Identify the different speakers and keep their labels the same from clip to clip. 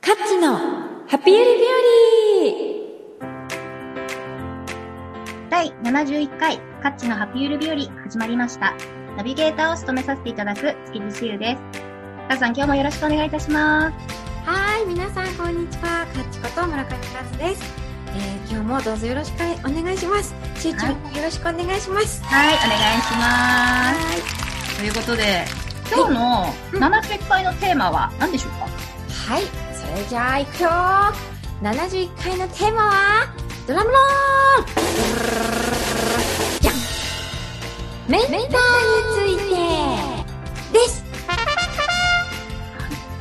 Speaker 1: カッチのハピユリ日
Speaker 2: 第71回、カッチのハピユル日和、始まりました。ナビゲーターを務めさせていただく、築地しゆです。カズさん、今日もよろしくお願いいたします。
Speaker 1: 和はーい、皆さんこんにちは。カッチこと村上和です。えー、今日もどうぞよろしくお願いします。集中もよろしくお願いします。
Speaker 2: はい、お願いしま
Speaker 1: ーい。
Speaker 2: す。ということで、今日の70回のテーマは何でしょうか、
Speaker 1: はい、それじゃあ行くよー !71 回のテーマは、ドラムロールじゃんメンターについてです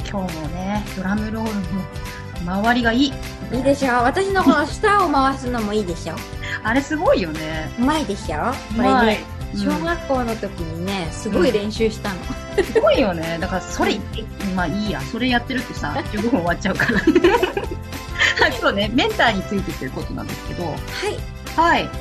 Speaker 2: 今日もね、ドラムロールの周りがいい。
Speaker 1: いいでしょ私のこの舌を回すのもいいでしょ
Speaker 2: あれすごいよね。
Speaker 1: うまいでしょこれね、小学校の時にね、すごい練習したの。
Speaker 2: すごいよね。だから、それ、まあいいや。それやってるとさ、15分終 わっちゃうから。 今日ね、メンターについてということなんですけど、
Speaker 1: はい。
Speaker 2: はい。うん
Speaker 1: ん。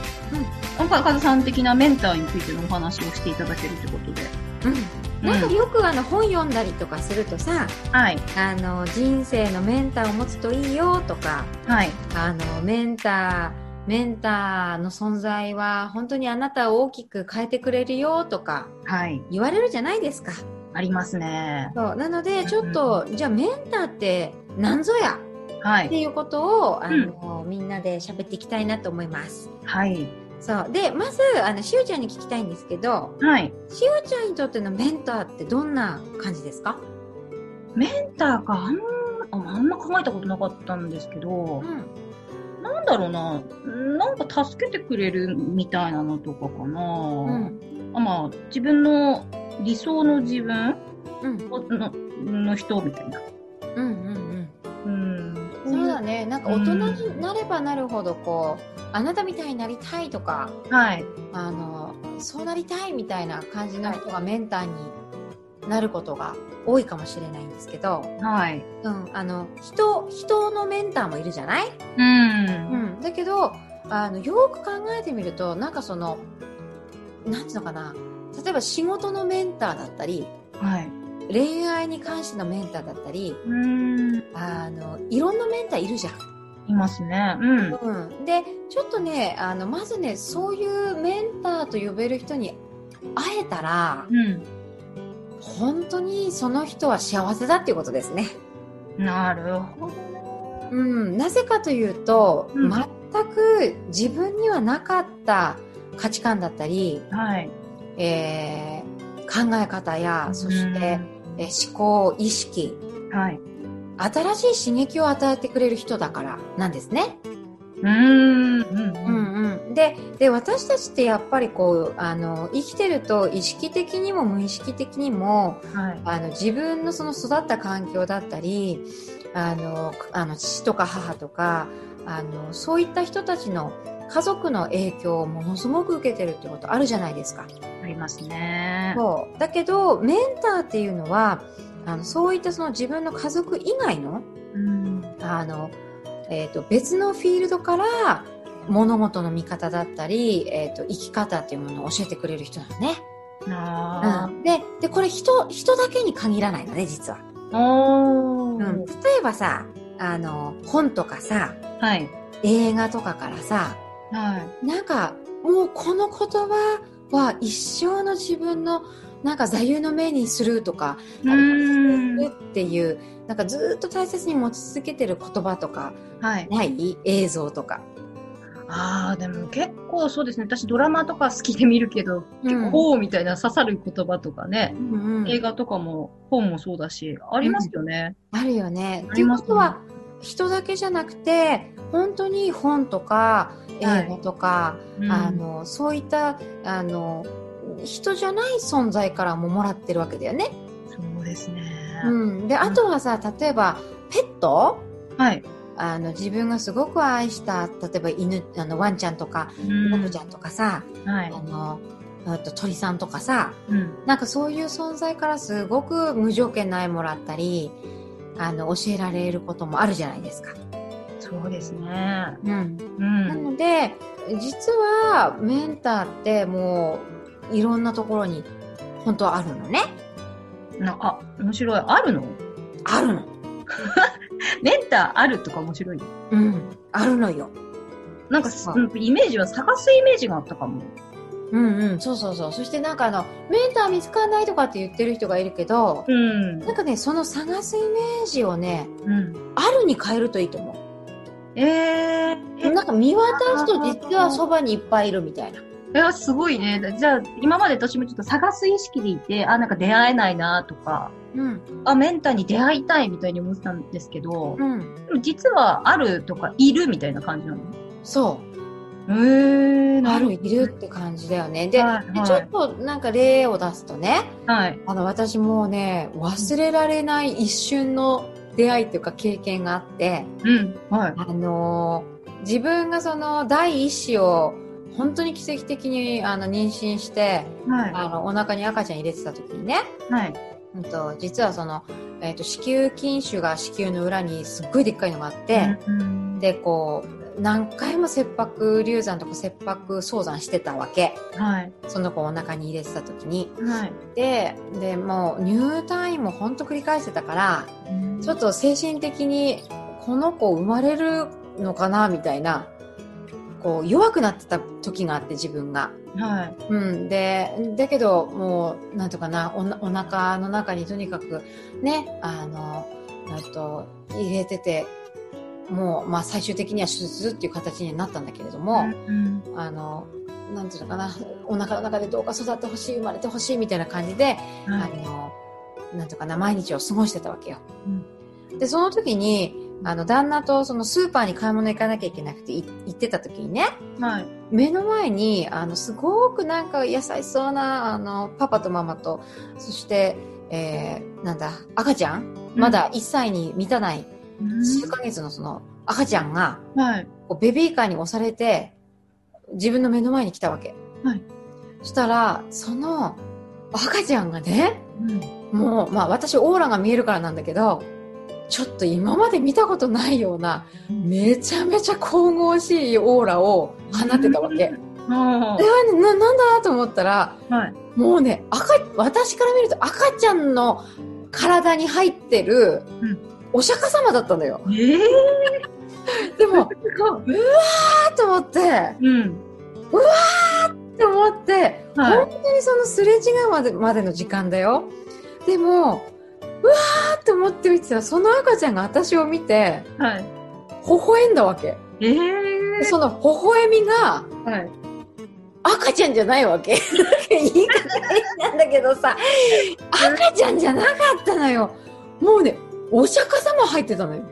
Speaker 2: 今回、カズさん的なメンターについてのお話をしていただけるってことで。
Speaker 1: うん。なんかよくあの本読んだりとかするとさ、
Speaker 2: はい。
Speaker 1: あの人生のメンターを持つといいよとか、
Speaker 2: はい。
Speaker 1: あの、メンター、メンターの存在は本当にあなたを大きく変えてくれるよとか
Speaker 2: はい。
Speaker 1: 言われるじゃないですか。
Speaker 2: ありますね。
Speaker 1: そうなので、ちょっと、じゃあメンターって何ぞや
Speaker 2: は
Speaker 1: っ
Speaker 2: い。
Speaker 1: ていうことを、あの、みんなで喋っていきたいなと思います。
Speaker 2: はい。
Speaker 1: そう。で、まず、あの、しゅうちゃんに聞きたいんですけど、
Speaker 2: はい。
Speaker 1: しゅうちゃんにとってのメンターってどんな感じですか
Speaker 2: メンターか、あんああんま考えたことなかったんですけど、
Speaker 1: ん。
Speaker 2: なんだろうな、なんか助けてくれるみたいなのとか
Speaker 1: う
Speaker 2: かな。
Speaker 1: ん。
Speaker 2: あまあ、自分の理想の自分
Speaker 1: うん。
Speaker 2: をのの人みたいな。
Speaker 1: うん。うん。
Speaker 2: うん。
Speaker 1: そうだね。なんか大人になればなるほど、こう、あなたみたいになりたいとか、
Speaker 2: はい。
Speaker 1: あのそうなりたいみたいな感じの人がメンターになることが多いかもしれないんですけど、
Speaker 2: はい。
Speaker 1: うん、あの人人のメンターもいるじゃない、
Speaker 2: うん。
Speaker 1: うん、だけどあのよーく考えてみるとなんかそのなんていうのかな例えば仕事のメンターだったり
Speaker 2: はい。
Speaker 1: 恋愛に関してのメンターだったり
Speaker 2: うん。
Speaker 1: あのいろんなメンターいるじゃん。
Speaker 2: いますね。うん。
Speaker 1: うん、でちょっとねあのまずねそういうメンターと呼べる人に会えたら、
Speaker 2: う
Speaker 1: 本当にその人は幸せだっていうことですね。
Speaker 2: ん。なるほど。
Speaker 1: うん、なぜかというと、
Speaker 2: うん
Speaker 1: 全く自分にはなかった価値観だったり、
Speaker 2: はい。
Speaker 1: えー考え方や、そして、えー思考、意識、
Speaker 2: うん。はい。
Speaker 1: 新しい刺激を与えてくれる人だからなんですね。
Speaker 2: うん。うん。
Speaker 1: うんでで、私たちってやっぱりこう、あの、生きてると意識的にも無意識的にも、
Speaker 2: はい。
Speaker 1: あの自分のその育った環境だったりあのくあの父とか母とかあのそういった人たちの家族の影響をものすごく受けてるってことあるじゃないですか。
Speaker 2: ありますね。
Speaker 1: そうだけどメンターっていうのはあのそういったその自分の家族以外の
Speaker 2: うん。
Speaker 1: あの、えー、と別のフィールドから物事の見方だったり、えー、と生き方っていうものを教えてくれる人なのね。
Speaker 2: な
Speaker 1: うん、ででこれ人人だけに限らないのね実は。
Speaker 2: あ。お
Speaker 1: うん、
Speaker 2: ー
Speaker 1: 例えばさあの本とかさ
Speaker 2: はい。
Speaker 1: 映画とかからさ
Speaker 2: はい。
Speaker 1: なんかもうこの言葉は一生の自分のなんか座右の銘にするとか
Speaker 2: う
Speaker 1: する
Speaker 2: ん。
Speaker 1: っていうなんかずっと大切に持ち続けてる言葉とか
Speaker 2: はい。
Speaker 1: ない映像とか、
Speaker 2: ああ、でも結構そうですね。私ドラマとか好きで見るけど、結構、おーみたいな刺さる言葉とかね。
Speaker 1: うんうん
Speaker 2: 映画とかも、本もそうだし、ありますよね。
Speaker 1: あるよね。と
Speaker 2: あ
Speaker 1: い
Speaker 2: り
Speaker 1: うこ
Speaker 2: ますね
Speaker 1: とは人だけじゃなくて本当に本とか
Speaker 2: は
Speaker 1: 映
Speaker 2: い
Speaker 1: 画とか、
Speaker 2: うん
Speaker 1: あのそういったあの人じゃない存在からももらってるわけだよね。
Speaker 2: そうですね。
Speaker 1: うん、であとはさ例えばペット
Speaker 2: はい。
Speaker 1: あの自分がすごく愛した例えば犬あのワンちゃんとか猫ちゃんとかさ、
Speaker 2: はい
Speaker 1: あ。のあと鳥さんとかさ
Speaker 2: うん。
Speaker 1: なんかそういう存在からすごく無条件の愛もらったりあの教えられることもあるじゃないですか。
Speaker 2: そうですね。
Speaker 1: うん、
Speaker 2: う。
Speaker 1: なんので実はメンターってもういろんなところに本当はあるのね
Speaker 2: なあ、面白い。あるの
Speaker 1: あるの
Speaker 2: メンタあるとか面白いね。
Speaker 1: うん、あるのよ。
Speaker 2: なんかす、
Speaker 1: は
Speaker 2: うんイメージは探すイメージがあったかも。
Speaker 1: うんうん、そうそうそう。そしてなんかあの、メーター見つかんないとかって言ってる人がいるけど、
Speaker 2: うん。
Speaker 1: なんかね、その探すイメージをね、
Speaker 2: うん。
Speaker 1: あるに変えるといいと思
Speaker 2: えー、
Speaker 1: う。なんか見渡すと実はそばにいっぱいいるみたいな。
Speaker 2: え、えすごいね。じゃあ、今まで私もちょっと探す意識でいて、あ、なんか出会えないなとか、
Speaker 1: うん、
Speaker 2: あ、メンターに出会いたいみたいに思ってたんですけど、
Speaker 1: うん、
Speaker 2: でも実はあるとか、いるみたいな感じなの
Speaker 1: そ
Speaker 2: えー、
Speaker 1: う。ある、いる
Speaker 2: ほ
Speaker 1: って感じだよね。
Speaker 2: ど
Speaker 1: で、
Speaker 2: はい、
Speaker 1: で
Speaker 2: はい
Speaker 1: ちょっとなんか例を出すとね、
Speaker 2: はい。
Speaker 1: あの、私もうね、忘れられない一瞬の出会いというか経験があって、
Speaker 2: うん。はい。
Speaker 1: あのー自分がその第一子を本当に奇跡的にあの妊娠して、
Speaker 2: は
Speaker 1: あの、お腹に赤ちゃん入れてた時にね、
Speaker 2: い。はい。
Speaker 1: うんと、実はその、えっ、と、子宮筋腫が子宮の裏にすっごいでっかいのがあって、
Speaker 2: うん、
Speaker 1: で、こう、何回も切迫流産とか切迫早産してたわけ。
Speaker 2: はい。
Speaker 1: その子をお腹に入れてた時に。
Speaker 2: はい。
Speaker 1: で、で、もう入退院もほんと繰り返してたから、ちょっと精神的にこの子生まれるのかなみたいな、こう弱くなってた時があって自分が。
Speaker 2: はい。
Speaker 1: うん、で、だけど、もう、なんとかな、おなお腹の中にとにかく、ね、あの、えっと、入れてて、もう、まあ、最終的には手術っていう形になったんだけれども、
Speaker 2: うん
Speaker 1: あの、なんていうのかな、お腹の中でどうか育ってほしい、生まれてほしいみたいな感じで、
Speaker 2: は
Speaker 1: あ
Speaker 2: い。
Speaker 1: の、なんとかな、毎日を過ごしてたわけよ。
Speaker 2: う
Speaker 1: で、その時に、あの、旦那とそのスーパーに買い物行かなきゃいけなくて、い行ってた時にね、
Speaker 2: はい。
Speaker 1: 目の前に、あの、すごくなんか優しそうな、あの、パパとママと、そして、えー、なんだ、赤ちゃんまだ1歳に満たない、
Speaker 2: うん、
Speaker 1: 数ヶ月のその赤ちゃんが、
Speaker 2: はい。
Speaker 1: こうベビーカーに押されて、自分の目の前に来たわけ。
Speaker 2: はい。
Speaker 1: そしたら、その、赤ちゃんがね、
Speaker 2: うん
Speaker 1: もう、まあ私オーラが見えるからなんだけど、ちょっと今まで見たことないような、めちゃめちゃ神々しいオーラを放ってたわけ。
Speaker 2: あ
Speaker 1: あれはね、ななんだと思ったら、
Speaker 2: ーはい。
Speaker 1: もうね、赤、私から見ると赤ちゃんの体に入ってる
Speaker 2: うん、
Speaker 1: お釈迦様だったのよ。
Speaker 2: ええ
Speaker 1: でも、
Speaker 2: ー、
Speaker 1: あーと思って、
Speaker 2: うん。
Speaker 1: って思って、
Speaker 2: はい
Speaker 1: 本当にそのすれ違うまでまでの時間だよ。でも、うわーって思って見てたら、その赤ちゃんが私を見て、
Speaker 2: はい。
Speaker 1: 微笑んだわけ。
Speaker 2: ええ
Speaker 1: でその微笑みが、
Speaker 2: はい。
Speaker 1: 赤ちゃんじゃないわけ。言い方変なんだけどさ、赤ちゃんじゃなかったのよ。もうね、お釈迦様入ってたのよ。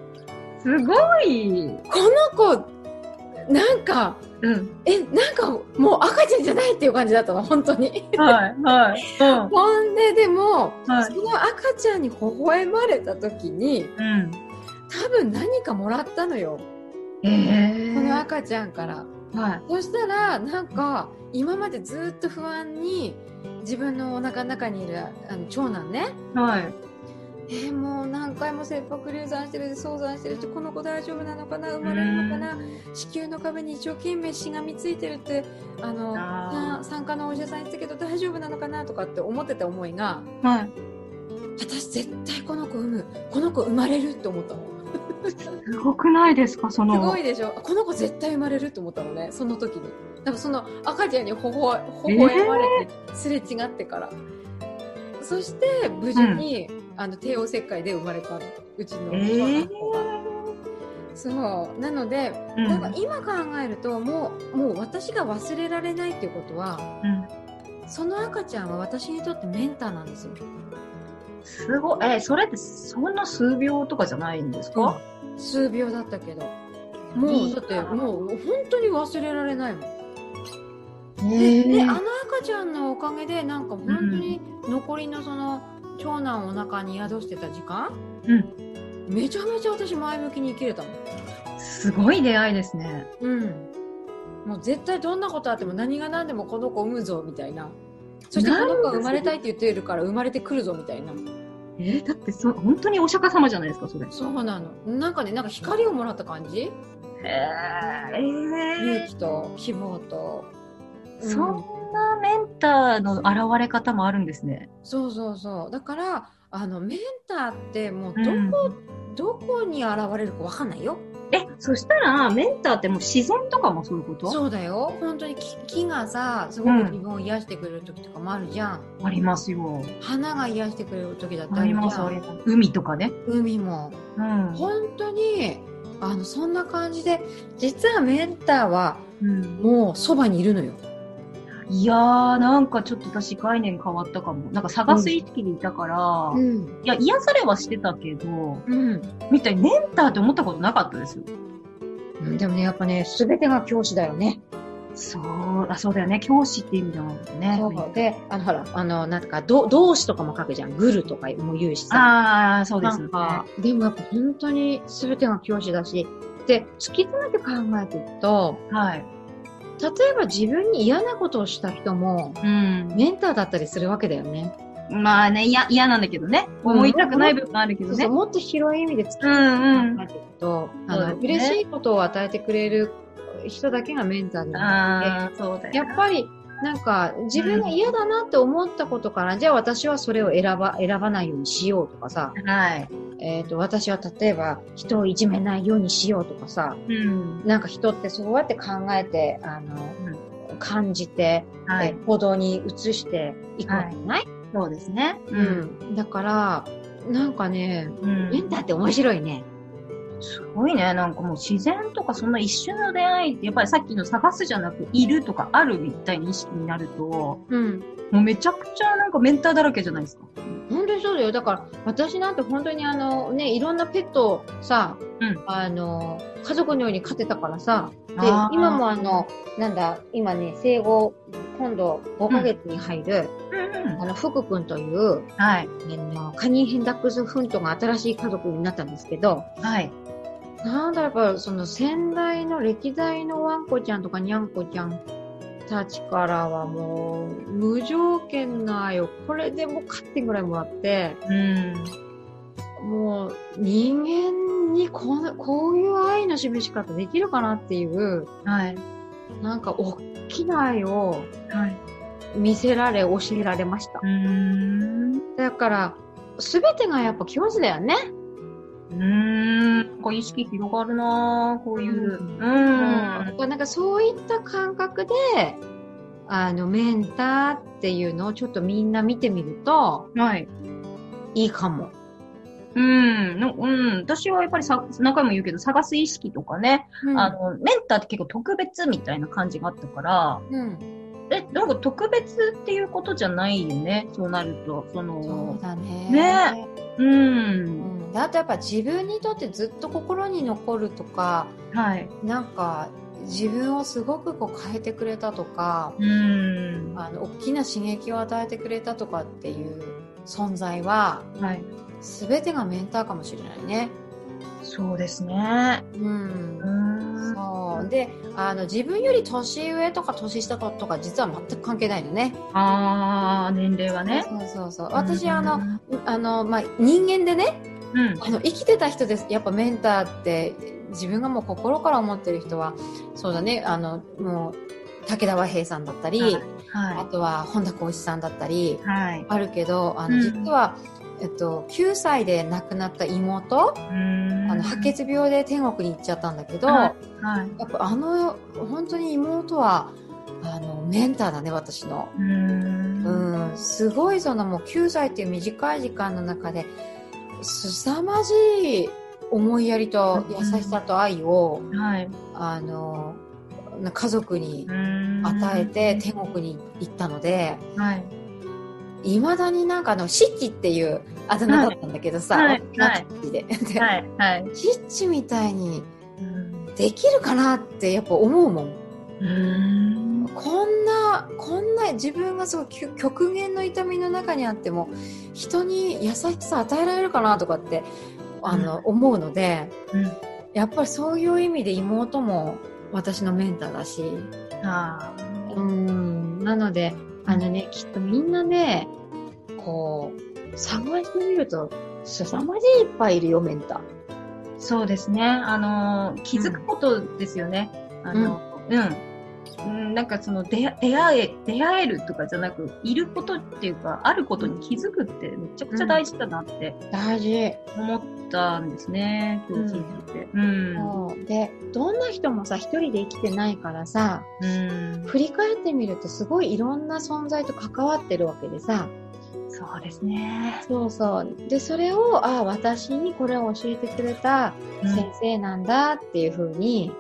Speaker 2: すごい。
Speaker 1: この子、なんか、
Speaker 2: うん。
Speaker 1: え、なんかもう赤ちゃんじゃないっていう感じだったの、本当に。
Speaker 2: はい。はい。うん。
Speaker 1: ほんで、でも、
Speaker 2: はい
Speaker 1: その赤ちゃんに微笑まれた時に、
Speaker 2: うん。
Speaker 1: 多分何かもらったのよ。
Speaker 2: ええ
Speaker 1: この赤ちゃんから。
Speaker 2: はい。
Speaker 1: そしたら、なんか、今までずっと不安に、自分のお腹の中にいるあの長男ね、
Speaker 2: はい。
Speaker 1: えーもう何回も切迫流産してるし、早産してるし、この子大丈夫なのかな生まれるのかな子宮の壁に一生懸命しがみついてるって、あの、
Speaker 2: あ
Speaker 1: さ産科のお医者さん言ってたけど大丈夫なのかなとかって思ってた思いが、
Speaker 2: はい。
Speaker 1: 私絶対この子産むこの子生まれるって思ったの
Speaker 2: すごくないですか、そ
Speaker 1: す
Speaker 2: の。
Speaker 1: ごいでしょこの子絶対生まれるって思ったのねその時になんかその赤ちゃんに微笑微笑まれて、すれ違ってからそして無事に、あの帝王切開で生まれたのうちの小学校が、そうなので、
Speaker 2: うん。
Speaker 1: なんか今考えるともうもう私が忘れられないっていうことは
Speaker 2: うん
Speaker 1: その赤ちゃんは私にとってメンターなんですよ
Speaker 2: すごい。えー、それって、そんな数秒とかじゃないんですか、
Speaker 1: 数秒だったけども
Speaker 2: いうい
Speaker 1: だ
Speaker 2: な
Speaker 1: ってもう本当に忘れられないもん、
Speaker 2: え
Speaker 1: であの
Speaker 2: ー
Speaker 1: 赤ちゃんのおかげでなんか本当に残りのその長男をお腹に宿してた時間、めちゃめちゃ私前向きに生きれたもん
Speaker 2: すごい出会いですね。
Speaker 1: うんもう絶対どんなことあっても何が何でもこの子産むぞみたいなそしてこの子が生まれたいって言ってるから生まれてくるぞみたいな
Speaker 2: えー、だってそ、本当にお釈迦様じゃないですか、それ。
Speaker 1: そうなのなんかねなんか光をもらった感じ
Speaker 2: へえ
Speaker 1: 勇気と希望と、うん
Speaker 2: そんなメンターの現れ方もあるんですね。
Speaker 1: そうそうそうだからあのメンターってもうどこ、
Speaker 2: うん
Speaker 1: どこに現れるかわかんないよ。
Speaker 2: え、そしたら、メンターってもう自然とかもそういうこと
Speaker 1: そうだよ。本当に木木がさ、すごく自分を癒してくれる時とかもあるじゃん。
Speaker 2: ありますよ。
Speaker 1: 花が癒してくれる時だって
Speaker 2: あ
Speaker 1: あ
Speaker 2: り
Speaker 1: る
Speaker 2: ま
Speaker 1: じ
Speaker 2: す、
Speaker 1: ゃ
Speaker 2: あり
Speaker 1: ん。
Speaker 2: ます。海とかね。
Speaker 1: 海も。
Speaker 2: うん。
Speaker 1: 本当に、あの、そんな感じで、実はメンターは
Speaker 2: うん、
Speaker 1: もうそばにいるのよ。
Speaker 2: いやー、なんかちょっと私概念変わったかも。なんか探す意識でいたから、
Speaker 1: ん。
Speaker 2: いや、癒されはしてたけど、
Speaker 1: うん。
Speaker 2: みたいにメンターって思ったことなかったですよ。
Speaker 1: でもね、やっぱね、すべてが教師だよね。
Speaker 2: そう、あ、そうだよね。教師って意味でもあるよね。
Speaker 1: そうで、あの、ほら、あの、なんか、ど動詞とかも書くじゃん。グルとかも言うしさ。
Speaker 2: ああ、そうで
Speaker 1: な
Speaker 2: すね
Speaker 1: ん。か、でもやっぱ本当に全てが教師だし、で、突き詰めて考えていくと、
Speaker 2: はい。
Speaker 1: 例えば自分に嫌なことをした人も、
Speaker 2: うん。
Speaker 1: メンターだったりするわけだよね。
Speaker 2: まあね、嫌、嫌なんだけどね。思いたくない部分あるけど
Speaker 1: そう
Speaker 2: ね
Speaker 1: そう、。もっと広い意味で突き
Speaker 2: う
Speaker 1: 詰
Speaker 2: ん
Speaker 1: めて考えていくと、あ
Speaker 2: そう
Speaker 1: の、
Speaker 2: ですね
Speaker 1: 嬉しいことを与えてくれる人だけがメンター
Speaker 2: うん。
Speaker 1: だ。
Speaker 2: ああ、そうだ
Speaker 1: や
Speaker 2: よ。
Speaker 1: っぱり、なんか、自分が嫌だなって思ったことから、じゃあ私はそれを選ば、選ばないようにしようとかさ、
Speaker 2: はい。
Speaker 1: えっ、と、私は例えば人をいじめないようにしようとかさ、
Speaker 2: うん。
Speaker 1: なんか人ってそうやって考えて、あの、感じて、
Speaker 2: は
Speaker 1: え
Speaker 2: い。
Speaker 1: 行動に移していくんじゃない、
Speaker 2: そうですね。う
Speaker 1: うん。だから、なんかね、
Speaker 2: うん
Speaker 1: メンターって面白いね。
Speaker 2: すごいね。なんかもう自然とかそんな一瞬の出会いって、やっぱりさっきの探すじゃなく、いるとかあるみたいな意識になると、も
Speaker 1: うん。
Speaker 2: うめちゃくちゃなんかメンターだらけじゃないですか。
Speaker 1: 本当にそうだよ。だから、私なんて本当にあの、ね、いろんなペットをさ、
Speaker 2: うん
Speaker 1: あの、家族のように飼ってたからさ、で
Speaker 2: あ、ー
Speaker 1: 今もあの、なんだ、今ね、生後、今度5ヶ月に入る、
Speaker 2: うん。
Speaker 1: あの、福くんという、
Speaker 2: はい。
Speaker 1: あの、カニヘンダックスフントが新しい家族になったんですけど、
Speaker 2: はい。
Speaker 1: なんだろうやっぱ、その先代の歴代のワンコちゃんとかニャンコちゃんたちからはもう、無条件な愛をこれでもう勝ってぐらいもらって、
Speaker 2: うん。
Speaker 1: もう人間にこのこういう愛の示し方できるかなっていう、
Speaker 2: はい。
Speaker 1: なんか大きな愛を
Speaker 2: はい。
Speaker 1: 見せられ、教えられました
Speaker 2: う。ん。
Speaker 1: だから、すべてがやっぱ教師だよね。
Speaker 2: うーん、こう意識広がるなぁこういう。う
Speaker 1: うんうん
Speaker 2: ん。
Speaker 1: なんかそういった感覚で、あの、メンターっていうのをちょっとみんな見てみると
Speaker 2: はい。
Speaker 1: いいかも。
Speaker 2: うん。のうん。私はやっぱりさ、何回も言うけど、探す意識とかね、あ
Speaker 1: あ
Speaker 2: の、メンターって結構特別みたいな感じがあったから、
Speaker 1: うん、
Speaker 2: え、なんか特別っていうことじゃないよね、そうなると。そ
Speaker 1: そ
Speaker 2: の
Speaker 1: う、だね。
Speaker 2: ねう。
Speaker 1: うんん、であとやっぱ自分にとってずっと心に残るとか、
Speaker 2: はい。
Speaker 1: なんか自分をすごくこう変えてくれたとか、
Speaker 2: うん。
Speaker 1: あの、大きな刺激を与えてくれたとかっていう存在は、
Speaker 2: はい。
Speaker 1: すべてがメンターかもしれないね。
Speaker 2: そうですね。
Speaker 1: うん
Speaker 2: う。ん。
Speaker 1: そうであの自分より年上とか年下とか実は全く関係ないのね。
Speaker 2: あー、年齢はね。
Speaker 1: そうそうそう私あ
Speaker 2: う
Speaker 1: の
Speaker 2: ん
Speaker 1: あの、まあ、人間でね
Speaker 2: うん。
Speaker 1: あの生きてた人ですやっぱメンターって自分がもう心から思ってる人はそうだねあのもう武田和平さんだったり、あ
Speaker 2: は
Speaker 1: とは本田光一さんだったり
Speaker 2: い。はい。
Speaker 1: あるけどあ
Speaker 2: う
Speaker 1: の
Speaker 2: ん
Speaker 1: 実は、えっと、9歳で亡くなった妹
Speaker 2: うん
Speaker 1: あの白血病で天国に行っちゃったんだけど。
Speaker 2: はいはい。
Speaker 1: やっぱあの本当に妹はあのメンターだね私の、
Speaker 2: うーん
Speaker 1: うん、すごいそのもう9歳っていう短い時間の中で凄まじい思いやりと優しさと愛を、
Speaker 2: はい。
Speaker 1: あのな家族に
Speaker 2: 与
Speaker 1: 与えて、天国に行ったので
Speaker 2: はい。
Speaker 1: いまだになんかあのシッチっていうあだ名だったんだけどさ、
Speaker 2: はい
Speaker 1: 私がシッチでで
Speaker 2: はい。はい。
Speaker 1: シッチみたいにできるかなってやっぱ思うもん。
Speaker 2: うん。
Speaker 1: こんな、こんな自分がすごい極極限の痛みの中にあっても、人に優しさ与えられるかなとかって、あの、
Speaker 2: うん
Speaker 1: 思うので、
Speaker 2: うん
Speaker 1: やっぱりそういう意味で妹も私のメンターだし、
Speaker 2: あ
Speaker 1: うーん、なので、あのね、きっとみんなね、こう、探してみると、凄まじいいっぱいいるよ、メンター。
Speaker 2: ーそうですね。あのー、気づくことですよね。あの、うん。うん、なんかその出出会え、出会えるとかじゃなく、いることっていうか、あることに気づくってめちゃくちゃ大事だなって
Speaker 1: 大事。
Speaker 2: 思ったんですね、
Speaker 1: うん
Speaker 2: 今日聞いてて。うん。
Speaker 1: そうで、どんな人もさ、一人で生きてないからさ、
Speaker 2: うん。
Speaker 1: 振り返ってみるとすごいいろんな存在と関わってるわけでさ、
Speaker 2: そうですね。
Speaker 1: そうそう。で、それを、ああ、私にこれを教えてくれた先生なんだっていうふうに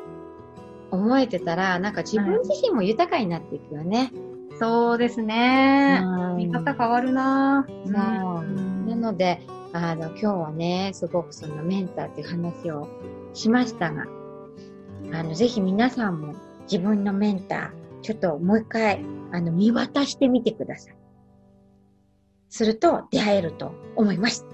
Speaker 1: 思えてたら、なんか自分自身も豊かになっていくよね。
Speaker 2: そうですね。
Speaker 1: うん
Speaker 2: 見方変わるな
Speaker 1: そうなので、あの、今日はね、すごくそのメンターっていう話をしましたが、あの、ぜひ皆さんも自分のメンター、ちょっともう一回、あの、見渡してみてください。すると出会えると思います。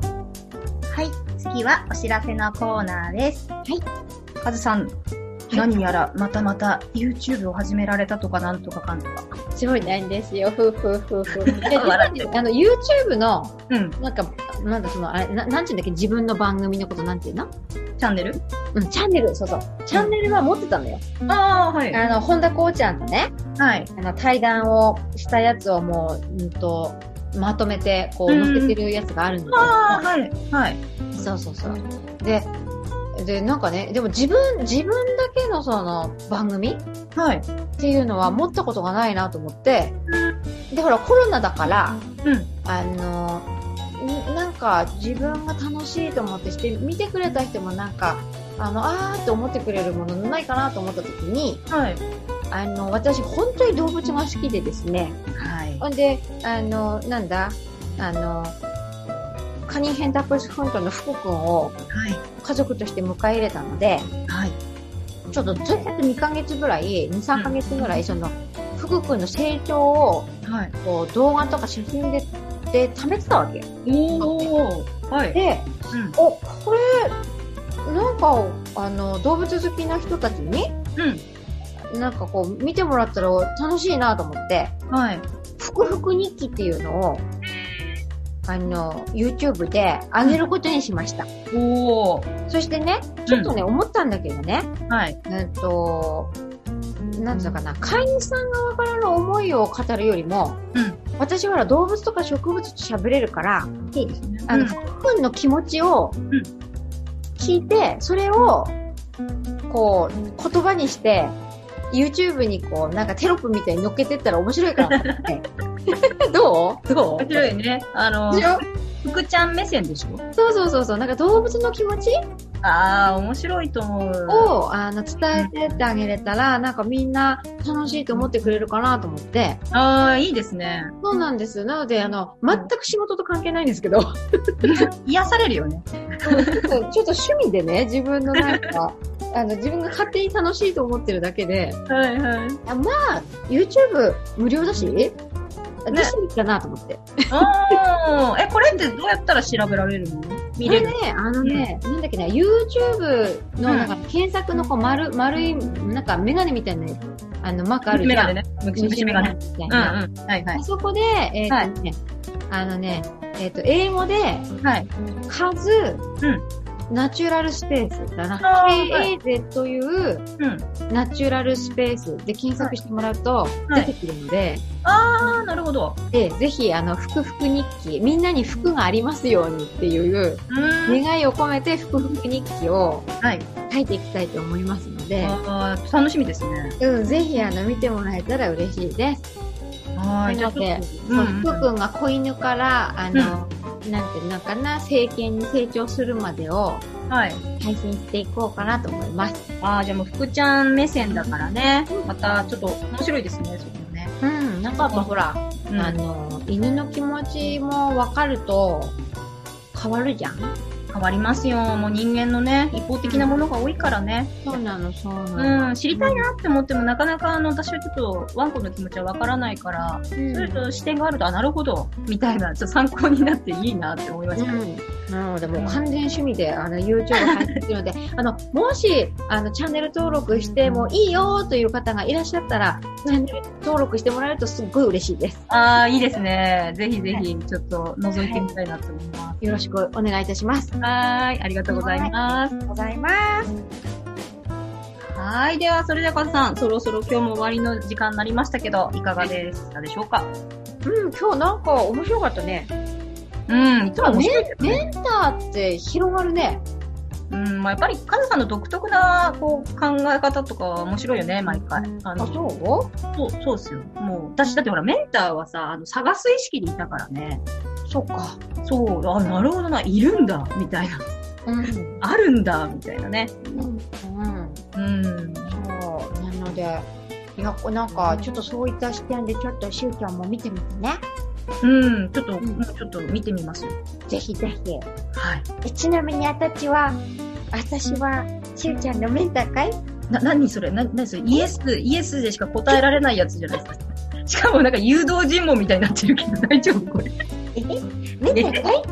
Speaker 2: はい。次はお知らせのコーナーです。はい。カズさん、
Speaker 1: い
Speaker 2: 何やらまたまた YouTube を始められたとかなんとかかんとか。
Speaker 1: すごいないんですよ。ふうふうふうふ う。で
Speaker 2: 笑ってる
Speaker 1: あの、YouTube の、
Speaker 2: うん。
Speaker 1: なんか、なんだその、あれ、ななんていうんだっけ、自分の番組のことなんていうの
Speaker 2: チャンネル
Speaker 1: うん、チャンネル、そうそう。チャンネルは持ってたのよ。
Speaker 2: ああ、はい
Speaker 1: あの、本田こうちゃんとね、
Speaker 2: はい。
Speaker 1: あの対談をしたやつをもう、うんと、まとめて、こう、
Speaker 2: うん
Speaker 1: 載せてるやつがあるんだ
Speaker 2: ああ、はい。はい。
Speaker 1: けど、そうそうそう。で、で、なんかね、でも自分、自分だけのその番組っ
Speaker 2: はい。
Speaker 1: ていうのは持ったことがないなと思って、で、ほら、コロナだから、
Speaker 2: うん。
Speaker 1: あの、んなんか自分が楽しいと思ってして、見てくれた人もなんか、あの、あーって思ってくれるものないかなと思った時に、
Speaker 2: はい。
Speaker 1: あの、私本当に動物が好きでですね、
Speaker 2: はい。
Speaker 1: ほんで、あの、なんだ、あの、カニヘンタップスフントの福君を
Speaker 2: は
Speaker 1: 家族として迎え入れたので、
Speaker 2: い。はい。
Speaker 1: ちょっとずっと2ヶ月ぐらい、2、3ヶ月ぐらい、その、福君の成長を、
Speaker 2: はい。
Speaker 1: こう、動画とか写真で、で、貯めてたわけ。
Speaker 2: おお。はい。
Speaker 1: で、
Speaker 2: うん。
Speaker 1: お、これ、なんか、あの、動物好きな人たちに、
Speaker 2: う
Speaker 1: なんかこう、見てもらったら楽しいなと思って、
Speaker 2: ん。はい。
Speaker 1: 福福日記っていうのを、あの、YouTube で上げることにしました。
Speaker 2: おお。
Speaker 1: そしてね、ちょっとね、思ったんだけどね、
Speaker 2: はい。
Speaker 1: うんと、なんつうのかな、飼い主さん側からの思いを語るよりも、
Speaker 2: うん
Speaker 1: 私はほら動物とか植物と喋れるから、あの、
Speaker 2: うん
Speaker 1: 福君の気持ちを
Speaker 2: ん
Speaker 1: 聞いて、それを、こう、言葉にして、YouTube にこう、なんかテロップみたいに乗っけてったら面白いから って。どうどう
Speaker 2: 面白いね。あの
Speaker 1: で、しょ
Speaker 2: 福ちゃん目線でしょ
Speaker 1: そうそうそうそう。なんか動物の気持ち
Speaker 2: ああ、面白いと思う。
Speaker 1: を、あの、伝えてってあげれたら、なんかみんな楽しいと思ってくれるかなと思って。
Speaker 2: ああ、いいですね。
Speaker 1: そうなんです。なので、あの、全く仕事と関係ないんですけど、ちょっ
Speaker 2: 癒されるよね。
Speaker 1: とちょっと趣味でね、自分のなんか、 あの、自分が勝手に楽しいと思ってるだけで、
Speaker 2: はいはい。
Speaker 1: あまあ、YouTube 無料だし、私に行ったなと思って。
Speaker 2: おーえ、これってどうやったら調べられるの見
Speaker 1: こ
Speaker 2: れ
Speaker 1: れ
Speaker 2: る
Speaker 1: ね、あのね、なんだっけな、YouTube のなんか検索のこう丸、丸い、なんかメガネみたいな、あの、マークある
Speaker 2: メ
Speaker 1: じゃ
Speaker 2: ガ
Speaker 1: ん。
Speaker 2: ネね。虫眼鏡。
Speaker 1: みたい
Speaker 2: うんう
Speaker 1: な。
Speaker 2: ん。はいは
Speaker 1: あ
Speaker 2: い。
Speaker 1: そこで、えっ、とね、あのね、えっ、と、英語で、
Speaker 2: はい。
Speaker 1: 数、ナチュラルスペースだな。
Speaker 2: あーはい
Speaker 1: KAZ という
Speaker 2: うん。
Speaker 1: ナチュラルスペースで検索してもらうと
Speaker 2: は
Speaker 1: 出
Speaker 2: い
Speaker 1: てくるので、
Speaker 2: ああ、なるほど。
Speaker 1: で、ぜひ、あの、福福日記、みんなに服がありますようにっていう
Speaker 2: うーん。
Speaker 1: 願いを込めて福福日記を
Speaker 2: はい。
Speaker 1: 書いていきたいと思いますので、
Speaker 2: ああ、楽しみですね。
Speaker 1: うん、ぜひ、あの、見てもらえたら嬉しいです。
Speaker 2: は
Speaker 1: なので、そ
Speaker 2: うんう
Speaker 1: うん福くんが子犬から、あの、なんていうのかな、成犬に成長するまでを
Speaker 2: はい。
Speaker 1: 配信していこうかなと思います。
Speaker 2: ああ、じゃあもう福ちゃん目線だからね。またちょっと面白いですね、そこもね。
Speaker 1: うん、なんかやっぱほら、
Speaker 2: うん
Speaker 1: あの、犬の気持ちもわかると変わるじゃん。
Speaker 2: 変わりますよ。もう人間のね、一方的なものが多いからね。
Speaker 1: そうなの、そうなの。
Speaker 2: うん、知りたいなって思ってもなかなかあの、私はちょっとワンコの気持ちはわからないから、
Speaker 1: う
Speaker 2: それ
Speaker 1: ん
Speaker 2: と視点があると、あ、なるほど、みたいな、ちょっと参考になっていいなって思いました。
Speaker 1: うんなので、もう完全趣味で、あの、YouTube を配信するので、 あの、もし、あの、チャンネル登録してもいいよという方がいらっしゃったら、チャンネル登録してもらえるとすっごい嬉しいです。
Speaker 2: ああ、いいですね。ぜひぜひ、ちょっと覗いてみたいなと思いま
Speaker 1: よろしくお願いいたします。
Speaker 2: す。はーい、ありがとうございます。
Speaker 1: ございます。
Speaker 2: はーい、では、それではカズさん、そろそろ今日も終わりの時間になりましたけど、いかがでしたでしょうか
Speaker 1: うん、今日なんか面白かったね。
Speaker 2: うん、いつも面白いですね。
Speaker 1: メンターって広がるね。
Speaker 2: うん、まあ、やっぱりカズさんの独特なこう考え方とかは面白いよね、毎回。あの、
Speaker 1: そう
Speaker 2: そう、そうですよ。もう、私だってほら、メンターはさ、あの、探す意識でいたからね。
Speaker 1: そうか。
Speaker 2: そう、あ、なるほどな、いるんだ、みたいな。
Speaker 1: うん。うん。
Speaker 2: あるんだ、みたいなね。
Speaker 1: うん。
Speaker 2: うん。
Speaker 1: そう。なので、いや、なんか、ちょっとそういった視点で、ちょっとしゅうちゃんも見てみてね。
Speaker 2: うん、ちょっと、
Speaker 1: うん
Speaker 2: もうちょっと見てみますよ。
Speaker 1: ぜひぜひ。
Speaker 2: はい。
Speaker 1: えちなみに私は、私は、しゅうちゃんのメンターかい
Speaker 2: な、何それな、何それイエス、イエスでしか答えられないやつじゃないですか。しかもなんか誘導尋問みたいになってるけど、 大丈夫これ。
Speaker 1: えメンターかい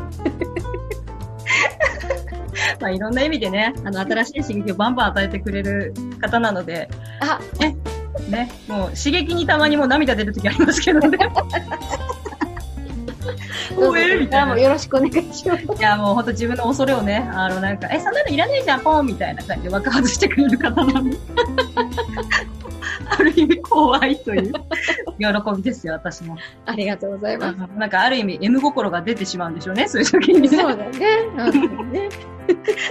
Speaker 2: まあ、いろんな意味でね、あの、新しい刺激をバンバン与えてくれる方なので、
Speaker 1: あ、
Speaker 2: ね、もう刺激にたまにもう涙出る時ありますけどね。
Speaker 1: どう
Speaker 2: 応
Speaker 1: ぞ
Speaker 2: 援
Speaker 1: これ
Speaker 2: みたい
Speaker 1: からも
Speaker 2: な。い
Speaker 1: よろしくお願いします。
Speaker 2: や、もうほんと自分の恐れをね、あの、なんか、え、そんなのいらねえじゃん、ポンみたいな感じで爆発してくれる方なんで。ある意味怖いという喜びですよ、私も。
Speaker 1: ありがとうございます。
Speaker 2: なんかある意味 M 心が出てしまうんでしょうね、そういう時に
Speaker 1: そう
Speaker 2: ね。
Speaker 1: だね。うんね。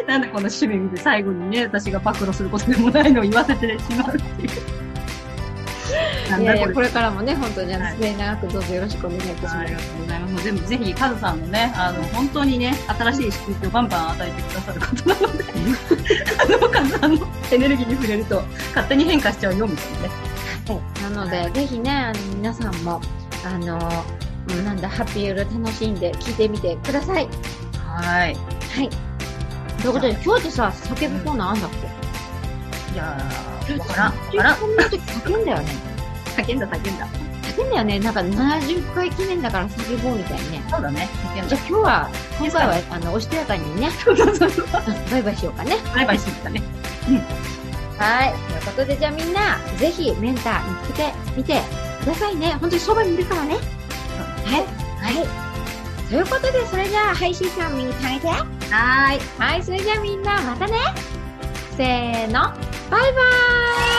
Speaker 2: なんでこの趣味で最後にね、私が暴露することでもないのを言わせてしまうっていう。なん
Speaker 1: いや
Speaker 2: だ
Speaker 1: い
Speaker 2: こ
Speaker 1: や、
Speaker 2: れ
Speaker 1: これからもね、本当にあの
Speaker 2: はい
Speaker 1: 末永くどうぞよろしくお願いいたします
Speaker 2: あ。りがとうございます。もう全部ぜひ、カズさんのね、あの、本当にね、新しい刺激をバンバン与えてくださる方なので、あの、カズさんのエネルギーに触れると、勝手に変化しちゃうよ、みたいなね。
Speaker 1: なので、ぜひね、あの皆さんも、あの、うんなんだ、ハッピーユーロ楽しんで聞いてみてください。
Speaker 2: はい。
Speaker 1: はい。ということで、今日ってさ、叫ぶコーナーあんだっけ
Speaker 2: いやー、わからん、わからん。
Speaker 1: こんな時叫んだよね。
Speaker 2: 叫んだ、叫んだ。
Speaker 1: 叫んだよね。なんか70回記念だから叫ぼうみたいにね。
Speaker 2: そうだね、叫ん
Speaker 1: じ
Speaker 2: だ
Speaker 1: ゃあ。今日は、今回は、あの、おしとやかにね、
Speaker 2: そうそうそうそう。
Speaker 1: バイバイしようかね。
Speaker 2: バイバイしてきたね。
Speaker 1: はい。ということで、じゃあみんな、ぜひメンター見つけてみてくださいね。本当にそばにいるからね。はい。はい。ということで、それじゃあ、配信者みんな変えて。
Speaker 2: はーい。
Speaker 1: はい、それじゃあみんなまたね。せーの、バイバーイ